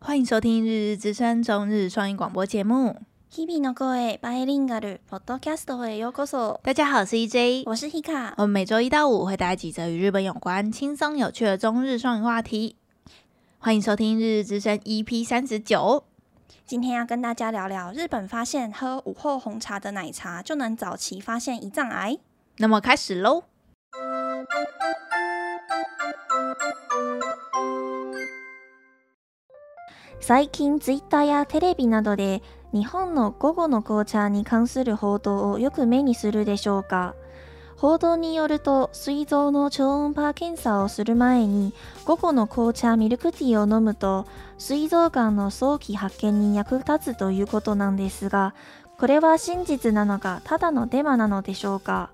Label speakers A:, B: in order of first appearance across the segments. A: 欢迎收听《日日之声》中日双语广播节目。
B: 日々の声バイリンガルポッドキャストへようこそ。
A: 大家好，我是 E EJ，
B: 我是 Hika
A: 我。们每周一到五会带来几则与日本有关、轻松有趣的中日双语话题。欢迎收听《日日之声》EP 三十九。
B: 今天要跟大家聊聊日本发现喝午后红茶的奶茶就能早期发现胰脏癌。
A: 那么开始喽。
B: 最近ツイッターやテレビなどで日本の午後の紅茶に関する報道をよく目にするでしょうか報道によると膵臓の超音波検査をする前に午後の紅茶ミルクティーを飲むと膵臓がんの早期発見に役立つということなんですがこれは真実なのかただのデマなのでしょうか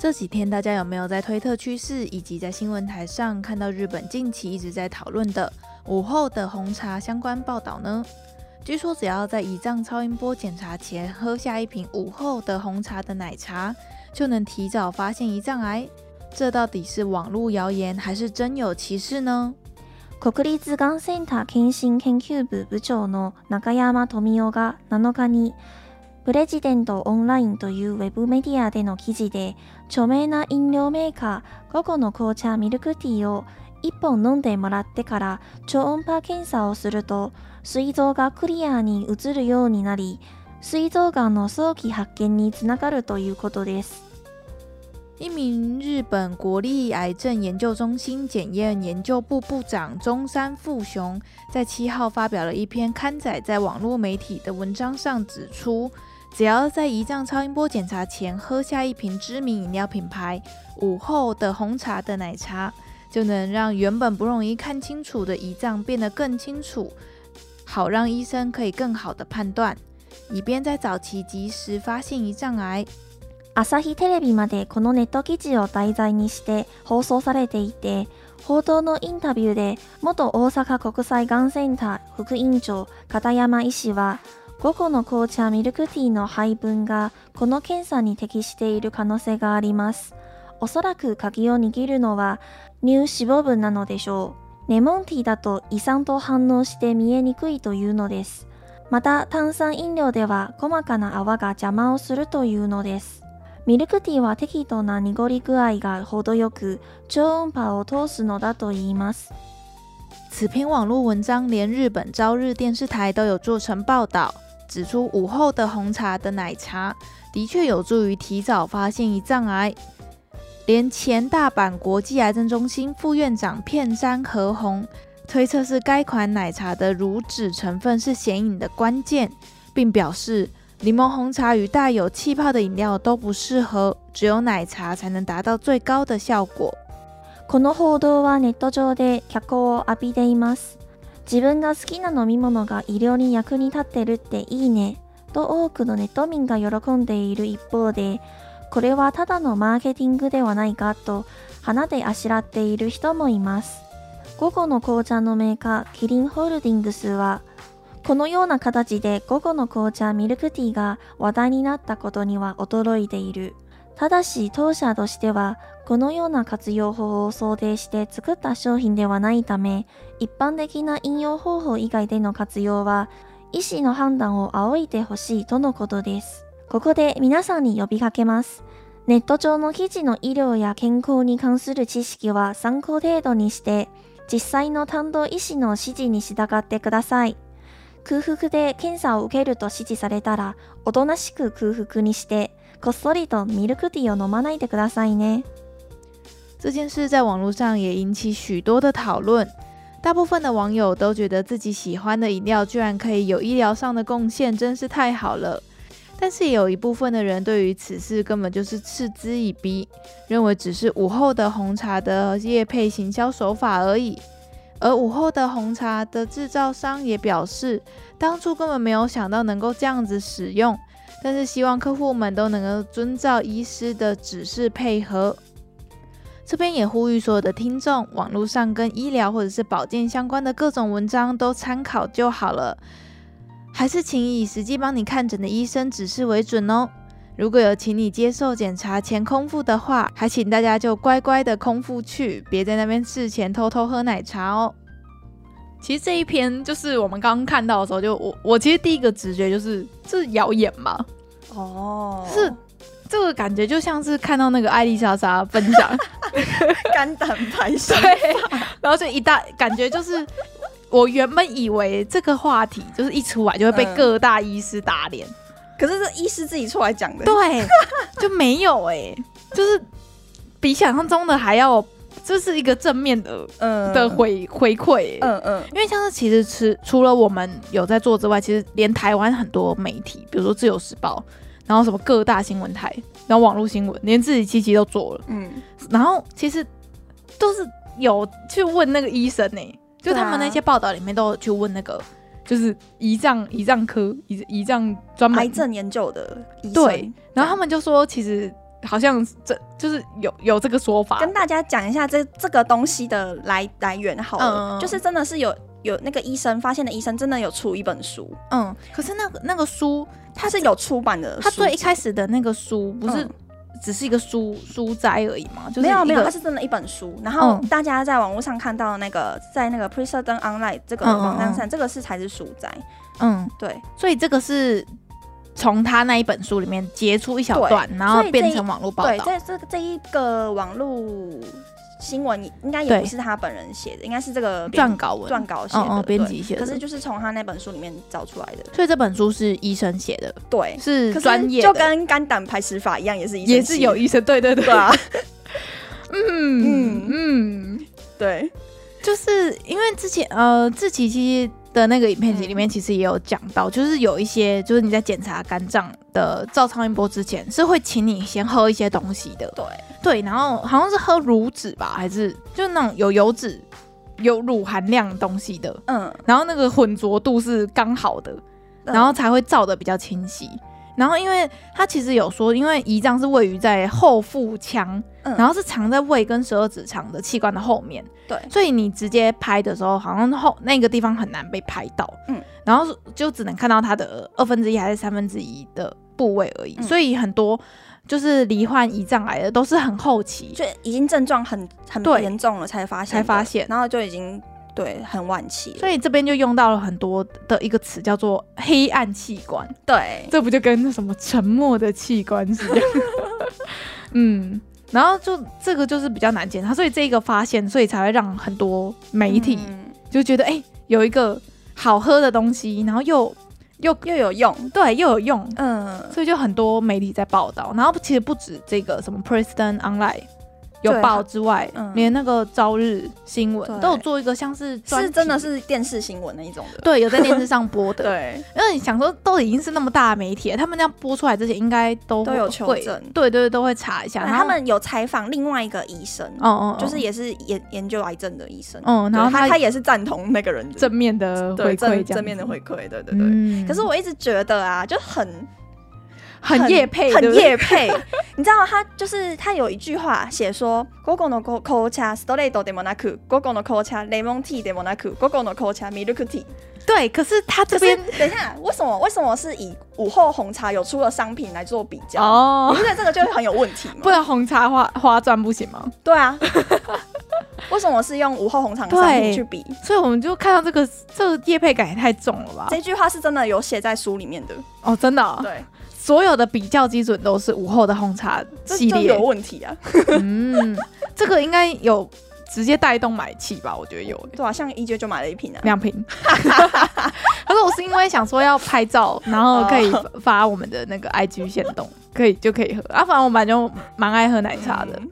A: 这几天大家有没有在推特趋势以及在新闻台上看到日本近期一直在讨论的午后的红茶相关报道呢？据说只要在胰脏超音波检查前喝下一瓶午后的红茶的奶茶，就能提早发现胰脏癌。这到底是网络谣言还是真有其事呢？
B: 国立がんセンター検診研究部部長の中山富夫が7日にプレジデントオンラインというウェブメディアでの記事で著名な飲料メーカー午後の紅茶ミルクティーを1本飲んでもらってから超音波検査をすると膵臓がクリアに移るようになり膵臓がんの早期発見につながるということです
A: 一名日本国立癌症研究中心检验研究部部长中山富雄在七号发表了一篇刊载在网络媒体的文章上，指出，只要在胰脏超音波检查前喝下一瓶知名饮料品牌午后的红茶的奶茶，就能让原本不容易看清楚的胰脏变得更清楚，好让医生可以更好的判断，以便在早期及时发现胰脏癌。
B: 朝日テレビまでこのネット記事を題材にして放送されていて報道のインタビューで元大阪国際がんセンター副院長片山医師は午後の紅茶ミルクティーの配分がこの検査に適している可能性がありますおそらく鍵を握るのは乳脂肪分なのでしょうレモンティーだと胃酸と反応して見えにくいというのですまた炭酸飲料では細かな泡が邪魔をするというのですミルクティーは適度な濁り具合が程よく超音波を通すのだといいます。
A: 此篇网络文章连日本朝日电视台都有做成报道，指出午后的红茶的奶茶的确有助于提早发现胰脏癌。连前大阪国际癌症中心副院长片山和宏推测是该款奶茶的乳脂成分是显影的关键，并表示柠檬红茶与带有气泡的饮料都不适合，只有奶茶才能达到最高的效果。
B: この報道はネット上で脚光を浴びています。自分が好きな飲み物が医療に役に立ってるっていいねと多くのネット民が喜んでいる一方で、これはただのマーケティングではないかと花であしらっている人もいます。午後の紅茶のメーカーキリンホールディングスは、このような形で午後の紅茶ミルクティーが話題になったことには驚いている。ただし当社としてはこのような活用法を想定して作った商品ではないため、一般的な引用方法以外での活用は、医師の判断を仰いでほしいとのことです。ここで皆さんに呼びかけます。ネット上の記事の医療や健康に関する知識は参考程度にして、実際の担当医師の指示に従ってください。空腹で検査を受けると指示されたら、おとなしく空腹にして、こっそりとミルクティーを飲まないでくださいね。
A: 这件事在网络上也引起许多的讨论。大部分的网友都觉得自己喜欢的饮料居然可以有医疗上的贡献，真是太好了。但是也有一部分的人对于此事根本就是嗤之以鼻，认为只是午后的红茶的业配行销手法而已。而午后的红茶的制造商也表示，当初根本没有想到能够这样子使用，但是希望客户们都能够遵照医师的指示配合。这边也呼吁所有的听众，网络上跟医疗或者是保健相关的各种文章都参考就好了，还是请以实际帮你看诊的医生指示为准哦。如果有请你接受检查前空腹的话，还请大家就乖乖的空腹去，别在那边事前偷偷喝奶茶哦。其实这一篇就是我们刚刚看到的时候就，我我其实第一个直觉就是这是谣言嘛，
C: 哦
A: 是这个感觉就像是看到那个艾丽莎莎分享，
C: 肝胆排水
A: 对，然后就一大感觉就是。我原本以为这个话题就是一出来就会被
B: 嗯
A: 各大医师打脸，
B: 可是这医师自己出来讲的，
A: 对，就没有哎、就是比想象中的还要，这是一个正面的
B: 嗯
A: 的，回回馈、欸。
B: 嗯嗯，
A: 因为像是其实除除了我们有在做之外，其实连台湾很多媒体，比如说《自由时报》，然后什么各大新闻台，然后网络新闻，连自己七七都做了。
B: 嗯，
A: 然后其实都是有去问那个医生呢、就他们
B: 对啊
A: 那些报道里面都有去问那个，就是胰脏胰脏科胰胰脏专门
B: 癌症研究的医生，
A: 对，然后他们就说，其实好像这就是有有这个说法，
B: 跟大嗯家讲一下这这个东西的来来源好了，
A: 嗯
B: 就是真的是有有那个医生发现的医生真的有出一本书，
A: 嗯，可是那个那个书，
B: 它是有出版的
A: 它
B: 书
A: 最一开始的那个书不是
B: 嗯
A: 只是一个书书斋而已嘛，就是
B: 没有没有，
A: 一个
B: 它是真的一本书。然后
A: 嗯
B: 大家在网络上看到那个，在那个 p r e s e r d e n Online 这
A: 嗯
B: 个
A: 嗯嗯
B: 网站上，这个是才是书摘。
A: 嗯，
B: 对，
A: 所以这个是从他那一本书里面截出一小
B: 对
A: 段，然后
B: 所以这
A: 变
B: 一
A: 成网络报
B: 对，
A: 道，
B: 这这这一个网络新闻应该也
A: 对
B: 不是他本人写的，应该是这个编
A: 撰稿文，
B: 撰稿写
A: 嗯
B: 的
A: 嗯，编
B: 对
A: 辑写的。
B: 可是就是从他那本书里面找出来的。
A: 所以这本书是医生写的，
B: 对，
A: 是
B: 哎可是
A: 专业的，
B: 就跟肝胆排石法一样，也是医生
A: 也是有
B: 写的
A: 医生，对对对，
B: 对啊，
A: 嗯
B: 嗯
A: 嗯，
B: 对，
A: 就是因为之前呃，自己其实的那个影片集
B: 嗯
A: 里面其实也有讲到，就是有一些就是你在检查肝脏的照超音波之前，是会请你先喝一些东西的，
B: 对
A: 对，然后好像是喝乳脂吧，还是就是那种有油脂、有乳含量的东西的，
B: 嗯，
A: 然后那个混浊度是刚好的，然后才会照的比较清晰。然后，因为他其实有说，因为胰脏是位于在后腹腔，
B: 嗯
A: 然后是藏在胃跟十二指肠的器官的后面，
B: 对
A: 所以你直接拍的时候，好像后那个地方很难被拍到，
B: 嗯，
A: 然后就只能看到它的二分之一还是三分之一的部位而已。
B: 嗯
A: 所以很多就是罹患胰脏癌的都是很后期，
B: 就已经症状很很
A: 对
B: 严重了才发现
A: 才
B: 的，
A: 发现
B: 然后就已经对很晚期了，
A: 所以这边就用到了很多的一个词叫做黑暗器官。
B: 对，
A: 这不就跟那什么沉默的器官是一样？ 嗯，然后就这个就是比较难检查，所以这个发现，所以才会让很多媒体
B: 嗯
A: 就觉得，哎、有一个好喝的东西，然后又又
B: 又有用，
A: 对又有用，
B: 嗯，
A: 所以就很多媒体在报道。然后其实不止这个什么 Princeton Online 有
B: 对
A: 报之外，
B: 嗯
A: 连那个朝日新
B: 对
A: 闻都有做一个像是专
B: 是真的
A: 题
B: 是电视新闻那一种的，
A: 对有在电视上播 的，
B: 对，
A: 因为你想说，都已经是那么大的媒体了，他们这样播出来之前，应该都
B: 都
A: 会
B: 有求证
A: 对对，都会查一下。然后
B: 他，们有采访另外一个医生，
A: 哦哦，哦
B: 就是，也是研研究癌症的医生，
A: 嗯，然后
B: 对他
A: 他
B: 他也是赞同那个人的
A: 正面的
B: 对
A: 回馈，这
B: 正
A: 样
B: 正面的
A: 子
B: 回馈，对对对。
A: 嗯
B: 可是我一直觉得啊，就很
A: 很夜配，对
B: 很
A: 不对
B: 夜配。你知道他就是他有一句话写说，Gogo no ko- kocha straight de monaku，Gogo no kocha lemon tea de monaku，Gogo no kocha milk tea。
A: 对，可是他这
B: 这
A: 边
B: 边等一下，为什么为什么是以午后红茶有出的商品来做比较？你
A: 哦，
B: 不觉得这个就很有问题吗？
A: 不然红茶花花钻不行吗？
B: 对啊，为什么是用午后红茶的商品
A: 对
B: 去比？
A: 所以我们就看到这个这个夜配感也太重了吧？
B: 这句话是真的有写在书里面的，
A: 哦，真的哦，
B: 对，
A: 所有的比较基准都是午后的红茶
B: 这
A: 系
B: 就
A: 列
B: 有， 问题啊，
A: 嗯，这个应该有直接带动买气吧？我觉得有欸。
B: 对啊，像一姐就买了一瓶啊，
A: 两瓶。 他说我是因为想说要拍照，然后可以
B: 哦
A: 发发我们的那个 IG 线动，可以就可以喝啊。反正我本来就蛮爱喝奶茶的，
B: 嗯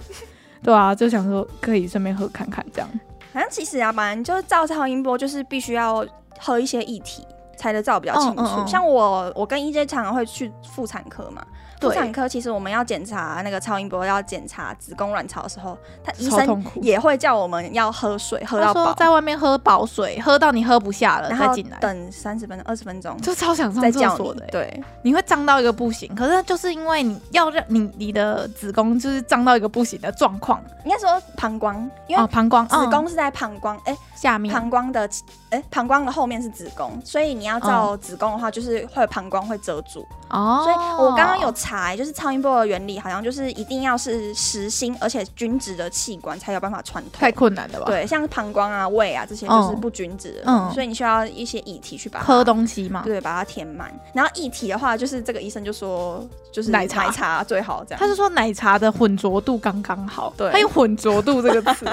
A: 对啊，就想说可以顺便喝看看这样。
B: 好像其实啊，反正就是照超音波，就是必须要喝一些液体才能照比较清楚。
A: 嗯嗯嗯
B: 像我，我跟 EJ 常常会去妇产科嘛，妇
A: 对
B: 产科其实我们要检查那个超音波，要检查子宫卵巢的时候，他医
A: 超
B: 生
A: 痛苦
B: 也会叫我们要喝水，喝
A: 他
B: 到
A: 说
B: 饱，
A: 在外面喝饱水，喝到你喝不下了
B: 然
A: 再
B: 后
A: 进来，
B: 等三十分钟、二十分钟
A: 就超想
B: 再
A: 上厕
B: 叫
A: 所
B: 你
A: 的、。欸。
B: 对，
A: 你会胀到一个不行，可是就是因为你要让你你的子宫就是胀到一个不行的状况
B: 应该说膀胱，因为
A: 哦，膀胱、
B: 子
A: 嗯
B: 宫是在膀胱，哎、
A: 下面
B: 膀胱的，哎、哎、膀胱的后面是子宫，所以你要照子宫的话，就是会有膀胱会遮住。
A: 嗯哦，
B: 所以我刚刚有查、就是超音波的原理好像就是一定要是实心而且均值的器官才有办法穿透
A: 太。困难了吧？，
B: 对，像膀胱啊、胃啊这些就是
A: 嗯
B: 不均值的，
A: 嗯
B: 所以你需要一些液体去把它
A: 喝东西嘛，
B: 对，把它填满。然后液体的话，就是这个医生就说，就是
A: 奶茶
B: 最好这样。
A: 他是说奶茶的混浊度刚刚好，
B: 对
A: 他用混浊度这 个词，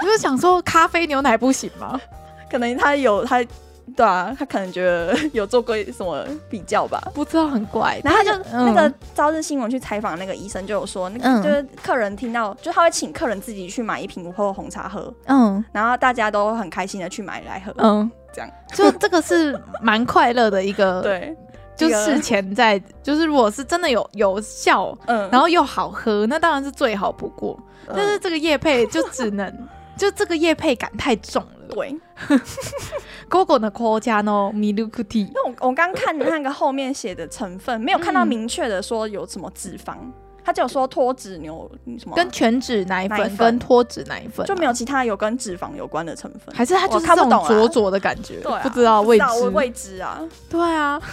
A: 你就是想说咖啡牛奶不行吗？
B: 可能他有他，对啊，他可能觉得有做过什么比较吧。
A: 不知道很怪，
B: 然后他就、
A: 嗯
B: 那个朝日新闻去采访那个医生，就有说，那
A: 嗯
B: 个就是客人听到，就他会请客人自己去买一瓶午后红茶喝，
A: 嗯
B: 然后大家都很开心的去买来喝，
A: 嗯，
B: 这样
A: 就这个是蛮快乐的一个，，
B: 对，
A: 就
B: 一个
A: 事前在，就是如果是真的有有效，
B: 嗯，
A: 然后又好喝，那当然是最好不过。
B: 嗯
A: 但是这个叶配就只 能，就这个叶配感太重了。
B: 对，嗯
A: Gogo 的 k o j a no milk tea，
B: 那我我刚看那个后面写的成分，没有看到
A: 嗯
B: 明确的说有什么脂肪，他只有说脱脂牛什么
A: 跟全脂奶
B: 奶
A: 粉
B: 粉
A: 跟脱脂奶粉啊
B: 就没有其他有跟脂肪有关的成分，
A: 还是它就
B: 我
A: 是这
B: 看不
A: 种
B: 懂啊
A: 灼灼的感觉，
B: 对啊、
A: 不知道未知。
B: 我未知啊。
A: 对啊，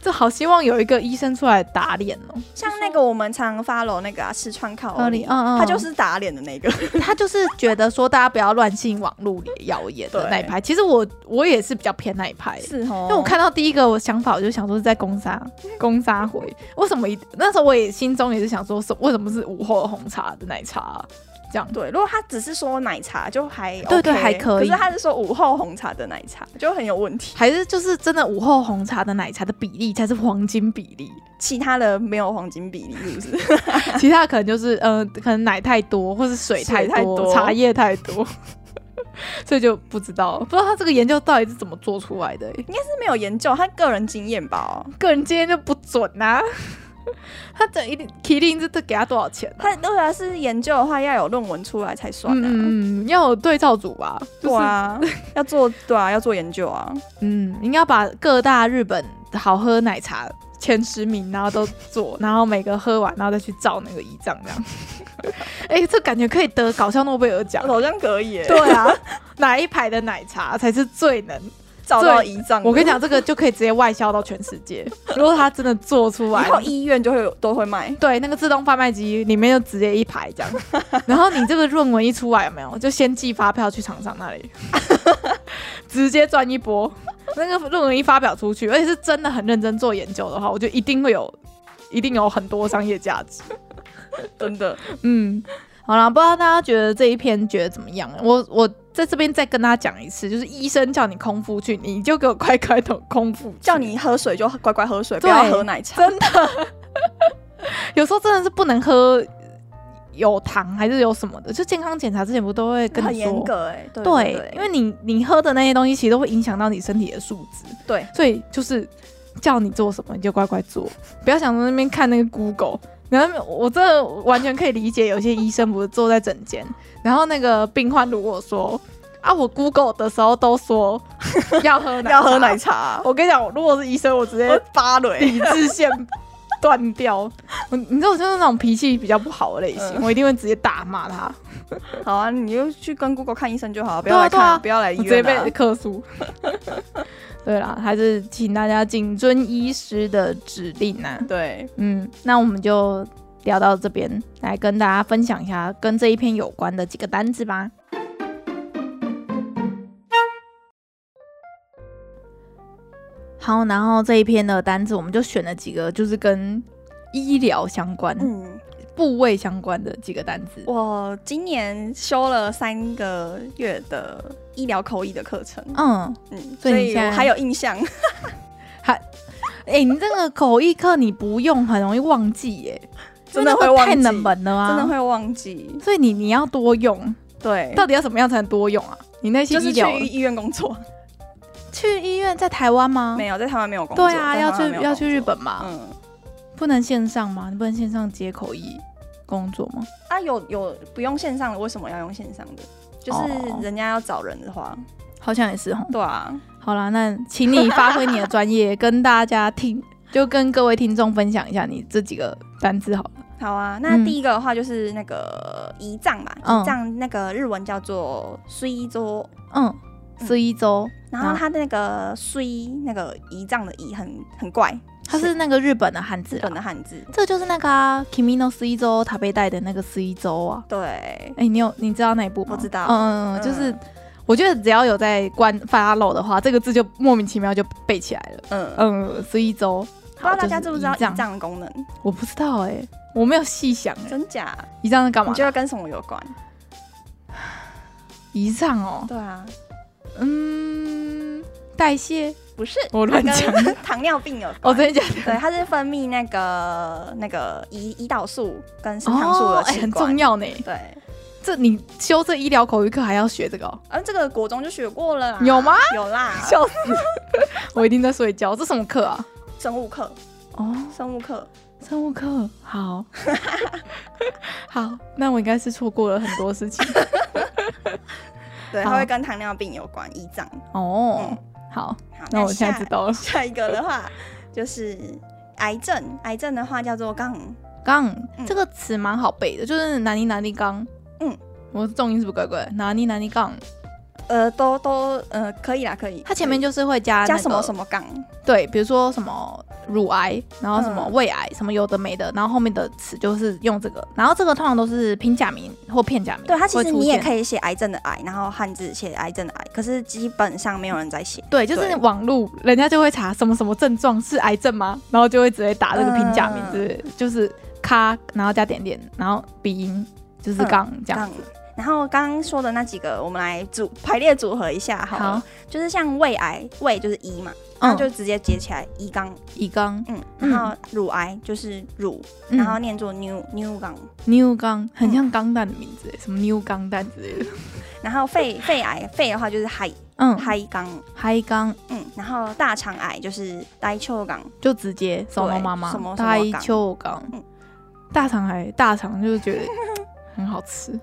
A: 就好希望有一个医生出来打脸 哦。
B: 像那个我们常 follow 那个啊，四川烤
A: 烤
B: 里，
A: 里嗯嗯
B: 他就是打脸的那个，
A: 他就是觉得说大家不要乱信网络里的谣言的
B: 对
A: 那一派。其实我我也是比较偏那一派，
B: 是哦
A: 因为我看到第一个我想法我就想说是在攻 杀攻杀回，为什么一那时候我也心中也是想说是为什么是午后红茶的奶茶、啊这样。
B: 对，如果他只是说奶茶就还 OK,
A: 对对还可以
B: 可是他是说午后红茶的奶茶就很有问题，
A: 还是就是真的午后红茶的奶茶的比例才是黄金比例，
B: 其他的没有黄金比例是 不是？
A: 其他可能就是呃，可能奶太多，或是水太
B: 水太多
A: 茶叶太多， 所以就不知道，不知道他这个研究到底是怎么做出来的、欸。
B: 是没有研究，他个人经验吧、哦。
A: 个人经验就不准呐、啊。 他这一定麒麟这这给他多少钱、啊？
B: 他如果是研究的话，要有论文出来才算啊。
A: 嗯嗯，要有对照组吧，就是
B: 对啊，要做对啊，要做研究 啊。
A: 嗯，应该把各大日本好喝奶茶前十名，然后都 做，然后每个喝完，然后再去照那个仪仗这样。 哎、这感觉可以得搞笑诺贝尔 奖。
B: 好像可以耶，
A: 对啊，哪一排的奶茶才是最能
B: 找到遗仗。
A: 我跟你讲，这个就可以直接外销到全世界。 如果他真的做出来
B: 以，后医院就会有都会卖。
A: 对那个自动贩卖机里面就直接一排 这样。然后你这个论文一出来，有没有就先寄发票去厂商那里， 直接赚一波。那个论文一发表出去，而且是真的很认真做研究的话，我觉得一定会有，一定有很多商业价值。
B: 真的，
A: 嗯，好啦，不知道大家觉得这一篇觉得怎么样？我我在这边再跟大家讲一次，就是医生叫你空腹去，你就给我乖乖的空腹去，
B: 叫你喝水就乖乖喝水，不
A: 对
B: 要喝奶茶。真的，
A: 有时候真的是不能喝有糖还是有什么的，就健康检查之前不都会跟
B: 很
A: 你
B: 严
A: 说。
B: 格哎、对
A: 对，
B: 对，
A: 因为你你喝的那些东西其实都会影响到你身体的数值，
B: 对
A: 所以就是叫你做什么你就乖乖做，不要想在那边看那个 Google。然后我真的完全可以理解，有些医生不是坐在诊间，然后那个病患如果说啊，我 Google 的时候都说要喝奶，
B: 要喝奶。茶，
A: 我跟你讲，我如果是医生，我 直接
B: 我芭蕾。
A: 理智线断掉。我你知道，我就是那种脾气比较不好的类型，
B: 嗯
A: 我一定会直接大骂他，
B: 好啊，你就去跟 Google 看医生就好，不
A: 对
B: 要
A: 啊
B: 来
A: 对
B: 看，
A: 啊
B: 不要来医
A: 我直接
B: 院、啊
A: 被。克诉。 对啦，还是请大家谨遵医师的指令啊。
B: 对，
A: 嗯，那我们就聊到这边，来跟大家分享一下跟这一篇有关的几个单字吧。好，然后这一篇的单字我们就选了几个，就是跟医疗相关、
B: 嗯，
A: 部位相关的几个单字。
B: 我今年修了三个月的医疗口译的课程，
A: 嗯，
B: 嗯，
A: 所以
B: 所
A: 你
B: 以
A: 现在
B: 我还有印象。
A: 哎、你这个口译课你不用很容易忘记耶，
B: 真的
A: 因为
B: 会
A: 那
B: 忘记
A: 太冷门了啊，
B: 真的。会忘记，
A: 所以你你要多用，
B: 对，
A: 到底要怎么样才能多用啊？你那些
B: 就是
A: 医
B: 去
A: 疗
B: 医院工作，
A: 去医院在台湾吗？
B: 没有在台湾没有工作，
A: 对啊，
B: 在
A: 要
B: 台湾没
A: 去
B: 有
A: 要
B: 工
A: 去日
B: 作，
A: 本嘛，
B: 嗯，
A: 不能线上吗？你不能线上接口译工作吗？
B: 啊，有有不用线上的，为什么要用线上的？就是人家要找人的话，
A: 好像也是哈。
B: 对啊，
A: 好啦，那请你发挥你的专业，跟大家听，就跟各位听众分享一下你这几个单字好了。
B: 好啊。那
A: 嗯
B: 第一个的话就是那个胰脏嘛，
A: 嗯
B: 胰脏那个日文叫做“虽桌
A: 嗯，一周，
B: 然后它那个“虽”那个胰脏的“胰”很很怪，
A: 它是那个日本的汉字、
B: 日
A: 啊
B: 本，的汉字。
A: 这就是那个、啊、Kimi no 一周塔贝带的那个一周啊。
B: 对，
A: 哎、你有你知道那一部吗？
B: 我知道
A: 嗯嗯嗯，就是
B: 嗯
A: 我觉得只要有在关 follow 的话，这个字就莫名其妙就背起来了。
B: 嗯，不
A: 嗯，十一周，
B: 知道大家知不知道
A: 这样
B: 胰？脏的功能？
A: 我不知道哎、我没有细想哎、
B: 真假？
A: 胰脏是干嘛
B: 你？觉得跟什么有关？
A: 胰脏哦，
B: 对啊，
A: 嗯，代谢，
B: 不是，
A: 我乱讲。
B: 它跟糖尿病有
A: 哦，
B: 关。
A: 真的假的？
B: 对，它是分泌那个那个胰胰岛素跟升糖素
A: 哦
B: 的
A: 哎
B: 器
A: 很
B: 官。
A: 重要呢。
B: 对，
A: 这你修这医疗口语课还要学这个哦，
B: 而嗯这个国中就学过了啦。
A: 有吗？
B: 有 啦，
A: 笑死！我一定在睡觉。这什么课啊？
B: 生物课，
A: 哦，
B: 生物课。
A: 生物课，好， 好，那我应该是错过了很多事 情。
B: 对，
A: 好
B: 它会跟糖尿病有关，胰脏。
A: 哦
B: 嗯，
A: 好，
B: 好，
A: 那我现
B: 下
A: 在知道了。
B: 下一个的话 就是癌症，癌症的话叫做杠，
A: 刚
B: 嗯
A: 这个词蛮好背的，就是哪里哪里刚。
B: 嗯，
A: 我的重音是不是怪怪？哪里哪里刚，
B: 呃，都都呃可以啦，可以。
A: 它前面就是会加
B: 可以加什么什
A: 么？
B: 么杠，
A: 对，比如说什么乳癌，然后什么
B: 嗯
A: 胃癌，什么有的没的，然后后面的词就是用这个，然后这个通常都是拼假名或片假名。
B: 对它其实你也
A: 以。
B: 可以写癌症的癌，然后汉字写癌症的癌，可是基本上没有人在写。
A: 对，就是
B: 对
A: 网路人家就会查什么什么症状是癌症吗？然后就会直接打这个拼假名
B: 嗯
A: 之类的，就是咔，然后加点点，然后鼻音就是
B: 嗯
A: 刚这样
B: 杠。然后刚刚说的那几个，我们来组排列组合一下好了，
A: 好，
B: 就是像胃癌，胃就是一嘛，然
A: 嗯，
B: 后就
A: 就
B: 直接接起来一杠，
A: 乙刚，
B: 嗯，
A: 嗯
B: 然后乳癌就是乳，
A: 嗯
B: 然后念作 new new 杠，
A: 牛钢，很像钢蛋的名字耶，什么牛钢蛋之类的。
B: 然后肺肺癌肺的话就是海
A: 嗯，
B: 海杠，
A: 嗨钢
B: 嗯，然后大肠癌就是大丘港，
A: 就直接什么妈妈，
B: 什么什么
A: 大
B: 钢
A: 秋钢
B: 嗯，
A: 大肠还大肠，就是觉得很好 吃。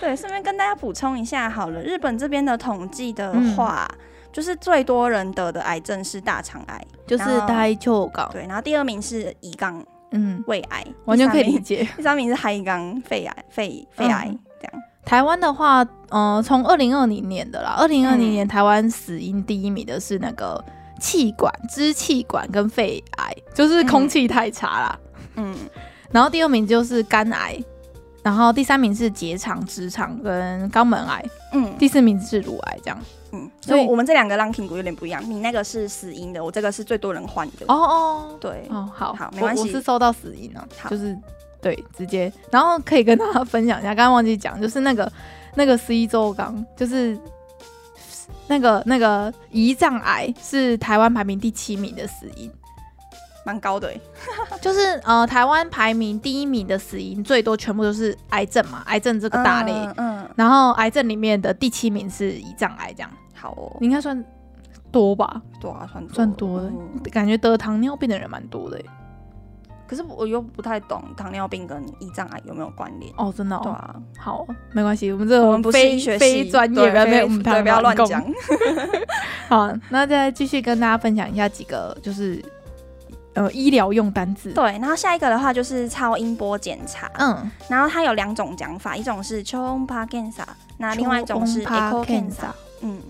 B: 对，顺便跟大家补充一下好了，日本这边的统计的话，
A: 嗯
B: 就是最多人得的癌症是大肠癌，
A: 就是大秋港，
B: 对，然后第二名是乙肝
A: 嗯，
B: 胃癌，
A: 哦完全可以
B: 第
A: 理
B: 三名，
A: 解。
B: 第三名是海肝肺癌肺肺癌、
A: 嗯
B: 这样，
A: 台湾的话，嗯、从二零二零年的啦，二零二零
B: 嗯
A: 年台湾死因第一名的是那个气管、支气管跟肺癌，就是空气太差啦。
B: 嗯，
A: 然后第二名就是肝癌，然后第三名是结肠、直肠跟肛门癌，
B: 嗯
A: 第四名是乳癌这样。
B: 嗯，
A: 所
B: 所
A: 以
B: 以我们这两个 ranking 有点不一样，你那个是死因的，我这个是最多人患的。
A: 哦哦
B: 对，
A: 哦，好，
B: 好
A: 我
B: 没关系
A: 我是收到死因了，
B: 好
A: 就是对，直接，然后可以跟大家分享一下，刚刚忘记讲，就是那个那个十一周刚，就是那个那个胰脏癌是台湾排名第七名的死因，
B: 蛮高的欸。
A: 就是呃台湾排名第一名的死因最多全部都是癌症嘛，癌症这个大类。
B: 嗯嗯，
A: 然后癌症里面的第七名是胰脏癌，这样
B: 好哦，
A: 应该算多吧？
B: 多啊，算多
A: 算多的
B: 嗯
A: 感觉得糖尿病的人蛮多的耶欸
B: 可是我又不太懂糖尿病跟胰脏癌有没有关联。
A: 哦，真的、哦。
B: 对啊，
A: 好，没关系，我们这
B: 我
A: 种
B: 们不是
A: 非
B: 医学系
A: 非专业，
B: 对
A: 不要被
B: 非
A: 我们。
B: 对，不要乱讲。
A: 好，那再继续跟大家分享一下几个就是呃医疗用单字。
B: 对，然后下一个的话就是超音波检查，
A: 嗯，
B: 然后它有两种讲法，一种是超音波检查，那另外一种是 echo 检查。嗯，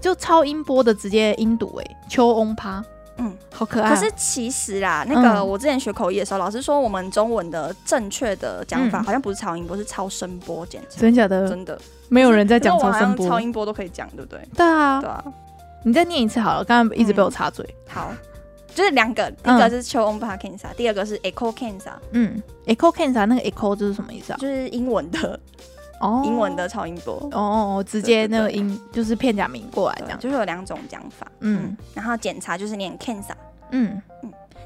A: 就超音波的直接音读哎，秋翁趴，
B: 嗯，
A: 好可爱啊。
B: 可是其实啦，那个
A: 嗯
B: 我之前学口译的时候，老师说我们中文的正确的讲法
A: 嗯
B: 好像不是超音波，是超声波检查。
A: 真假的，
B: 真的
A: 没有人在讲
B: 可是我
A: 超
B: 好
A: 声
B: 像
A: 波
B: 超。音波都可以讲，对不对？
A: 对啊
B: 对，啊，
A: 你再念一次好了，刚刚一直被我插嘴。
B: 好，就是两个，一
A: 嗯
B: 个是超音波检查，第二个是 echo 检查，
A: 嗯，echo can 啥？那个 echo 就是什么意思啊？
B: 就是英文的
A: 哦，
B: 英文的超音波。
A: 哦。哦哦，直接那个音就是片假名过来这
B: 对，啊
A: 样。
B: 就是有两种讲法，
A: 嗯
B: 嗯，然后检查就是念 cancer，
A: 嗯，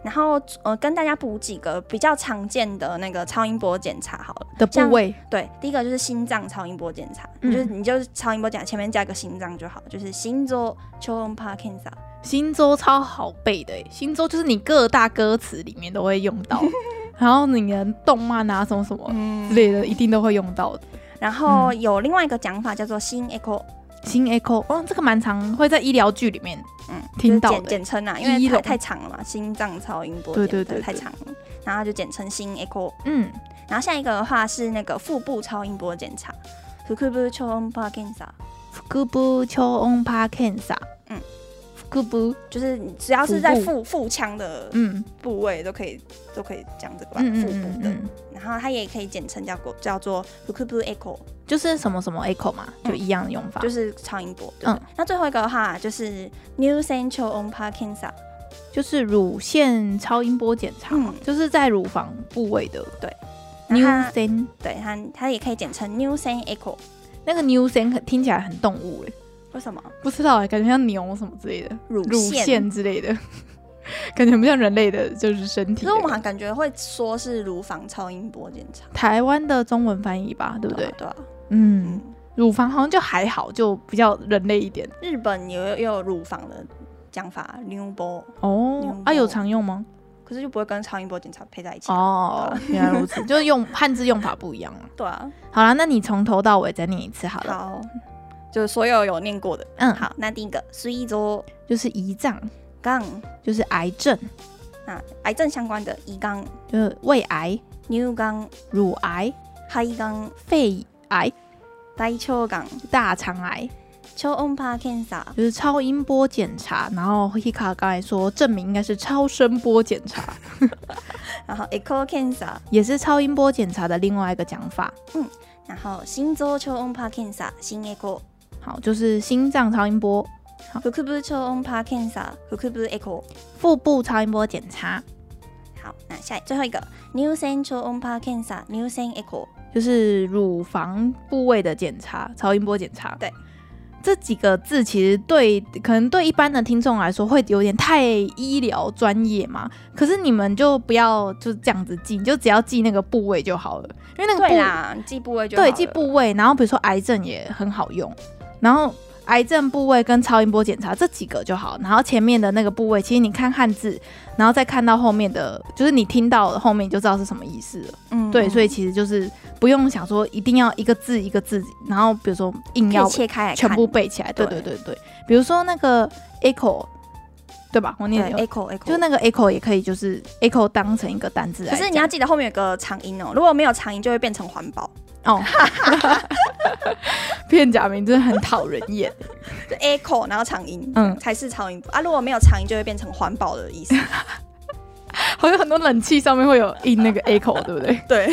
B: 然后呃跟大家补几个比较常见的那个超音波检查好了。
A: 的部
B: 像
A: 位。
B: 对，第一个就是心脏超音波检查，
A: 嗯
B: 就是你就是超音波检查前面加一个心脏就好，就是心脏超音波检查。
A: 新州超好背的欸，新州就是你各大歌词里面都会用到， 然后你的动漫啊什么什么之
B: 嗯，
A: 类的，一定都会用到的。
B: 然后有另外一个讲法叫做心 echo，
A: 新 echo，哦，这个蛮常会在医疗剧里面
B: 嗯，
A: 听到
B: 就是
A: 的
B: 简简称啊，因为
A: 一
B: 太
A: 龙
B: 太长了嘛，心脏超音波
A: 对
B: 检
A: 对对对
B: 太长了，然后就简称心 echo。
A: 嗯，
B: 然后下一个的话是那个腹部超音波检查，腹部超音波检查。
A: 腹部超音波検査。
B: 嗯，
A: 腹部，
B: 就是你只要是在
A: 腹
B: 腹腹腔的
A: 嗯，
B: 部位都可以都可以讲这个吧，
A: 嗯嗯
B: 腹
A: 嗯
B: 部的。
A: 嗯，
B: 然后它也可以简称叫做叫做 h u k u b u echo，
A: 就是什么什么 echo 嘛，
B: 嗯
A: 就一样的用法，
B: 就是超音波。对不对
A: 嗯
B: 那最后一个的话就是 new central on p a r k i n s a
A: 就是乳腺超音波检查嘛，
B: 嗯
A: 就是在乳房部位的。
B: 对那
A: n e w
B: 它
A: s e n
B: 对它它也可以简称 new cen echo。
A: 那个 n e w s e n 听起来很动物哎，
B: 为什么？
A: 不知道哎，感觉像牛什么之类的，
B: 乳
A: 乳腺之类的，感觉不像人类的，就是身体
B: 可
A: 的
B: 是我
A: 感觉。
B: 们好像感觉会说是乳房超音波检查，
A: 台湾的中文翻译吧，对不对
B: 啊？对啊，
A: 嗯，
B: 嗯。
A: 乳房好像就还好，就比较人类一点
B: 日本也有也有乳房的讲法 new 波，牛
A: 哦
B: 肉。
A: 啊，有常用吗？
B: 可是就不会跟超音波检查配在一起。哦，
A: 哦，原来如此，就是用汉字用法不一样啊。
B: 对啊，
A: 好啦，那你从头到尾再念一次好了。
B: 好，就是所有有念过的。
A: 嗯，，
B: 好，那第一个是一周
A: 就是胰脏，
B: 杠
A: 就是癌症，
B: 啊，癌症相关的胰杠、
A: 就是胃癌、
B: 乳杠、
A: 乳癌、
B: 肺杠、
A: 肺癌、
B: 大腸杠、
A: 大肠癌，
B: 超音波检查、
A: 就是超音波检查。然后 Hika 刚才说证明应该是超声波检查，
B: 然后 E echo 检查，
A: 也是超音波检查的另外一个讲法。
B: 然后心臓超音波检查、心 echo、
A: 好，就是心脏超音波、
B: 腹部超音波检查、腹部 E echo。
A: 腹部超音波检查，
B: 好，那下最后一个乳腺超音波检查、乳腺 echo。
A: 就是乳房部位的检查，超音波检查。
B: 对，
A: 这几个字其实对可能对一般的听众来说会有点太医疗专业嘛，可是你们就不要就这样子记，你就只要记那个部位就好了，因为那个部
B: 对啦，记部位就好
A: 对
B: 了
A: 记部位，然后比如说癌症也很好用，然后。癌症部位跟超音波检查这几个就好，然后前面的那个部位，其实你看汉字，然后再看到后面的，就是你听到后面你就知道是什么意思了。
B: 嗯
A: 对，所
B: 以
A: 以其实就是不用想说一定要一个字一个字，然后比如说硬
B: 嗯可
A: 要
B: 以切开来看
A: 全部背起来。对对
B: 对
A: 对对，比如说那个 echo，对吧？我
B: 对
A: 念得有
B: echo echo，
A: 就那个 echo 也可以，就是 echo 当成一个单字来
B: 可
A: 讲。
B: 是你要记得后面有个长音哦，如果没有长音就会变成环保，
A: 哦， 片假名真的很讨人厌。
B: 就 echo 然后长音，
A: 嗯
B: 嗯，才是长音啊。如果没有长音就会变成环保的意思。
A: 好像很多冷气上面会有印那个 echo，对不对？
B: 对，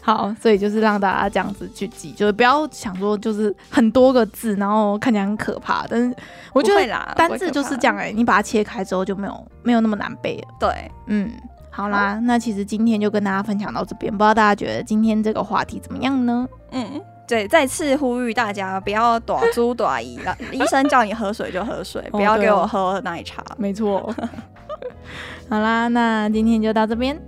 A: 好，所以就是让大家这样子去记，就是不要想说就是很多个字，然后看起来很可怕。但是我觉
B: 不
A: 得
B: 会啦
A: 单字就是这样
B: 不会
A: 哎、你把它切开之后就没有没有那么难背了。
B: 可怕对，
A: 嗯，好啦，那其实今天就跟大家分享到这边，不知道大家觉得今天这个话题怎么样呢？
B: 嗯。对，再次呼吁大家不要短猪短姨啦， 医生叫你喝水就喝水，不要
A: 对
B: 给
A: 哦
B: 我喝奶茶。
A: 没错。 好啦，那今天就到这边，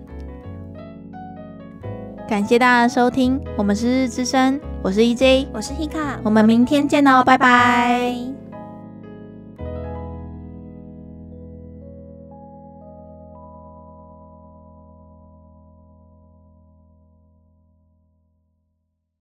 A: 感谢大家的收听，我们是日日之声，我是 EJ，
B: 我是 Hika，
A: 我们明天见哦，拜拜。
B: 拜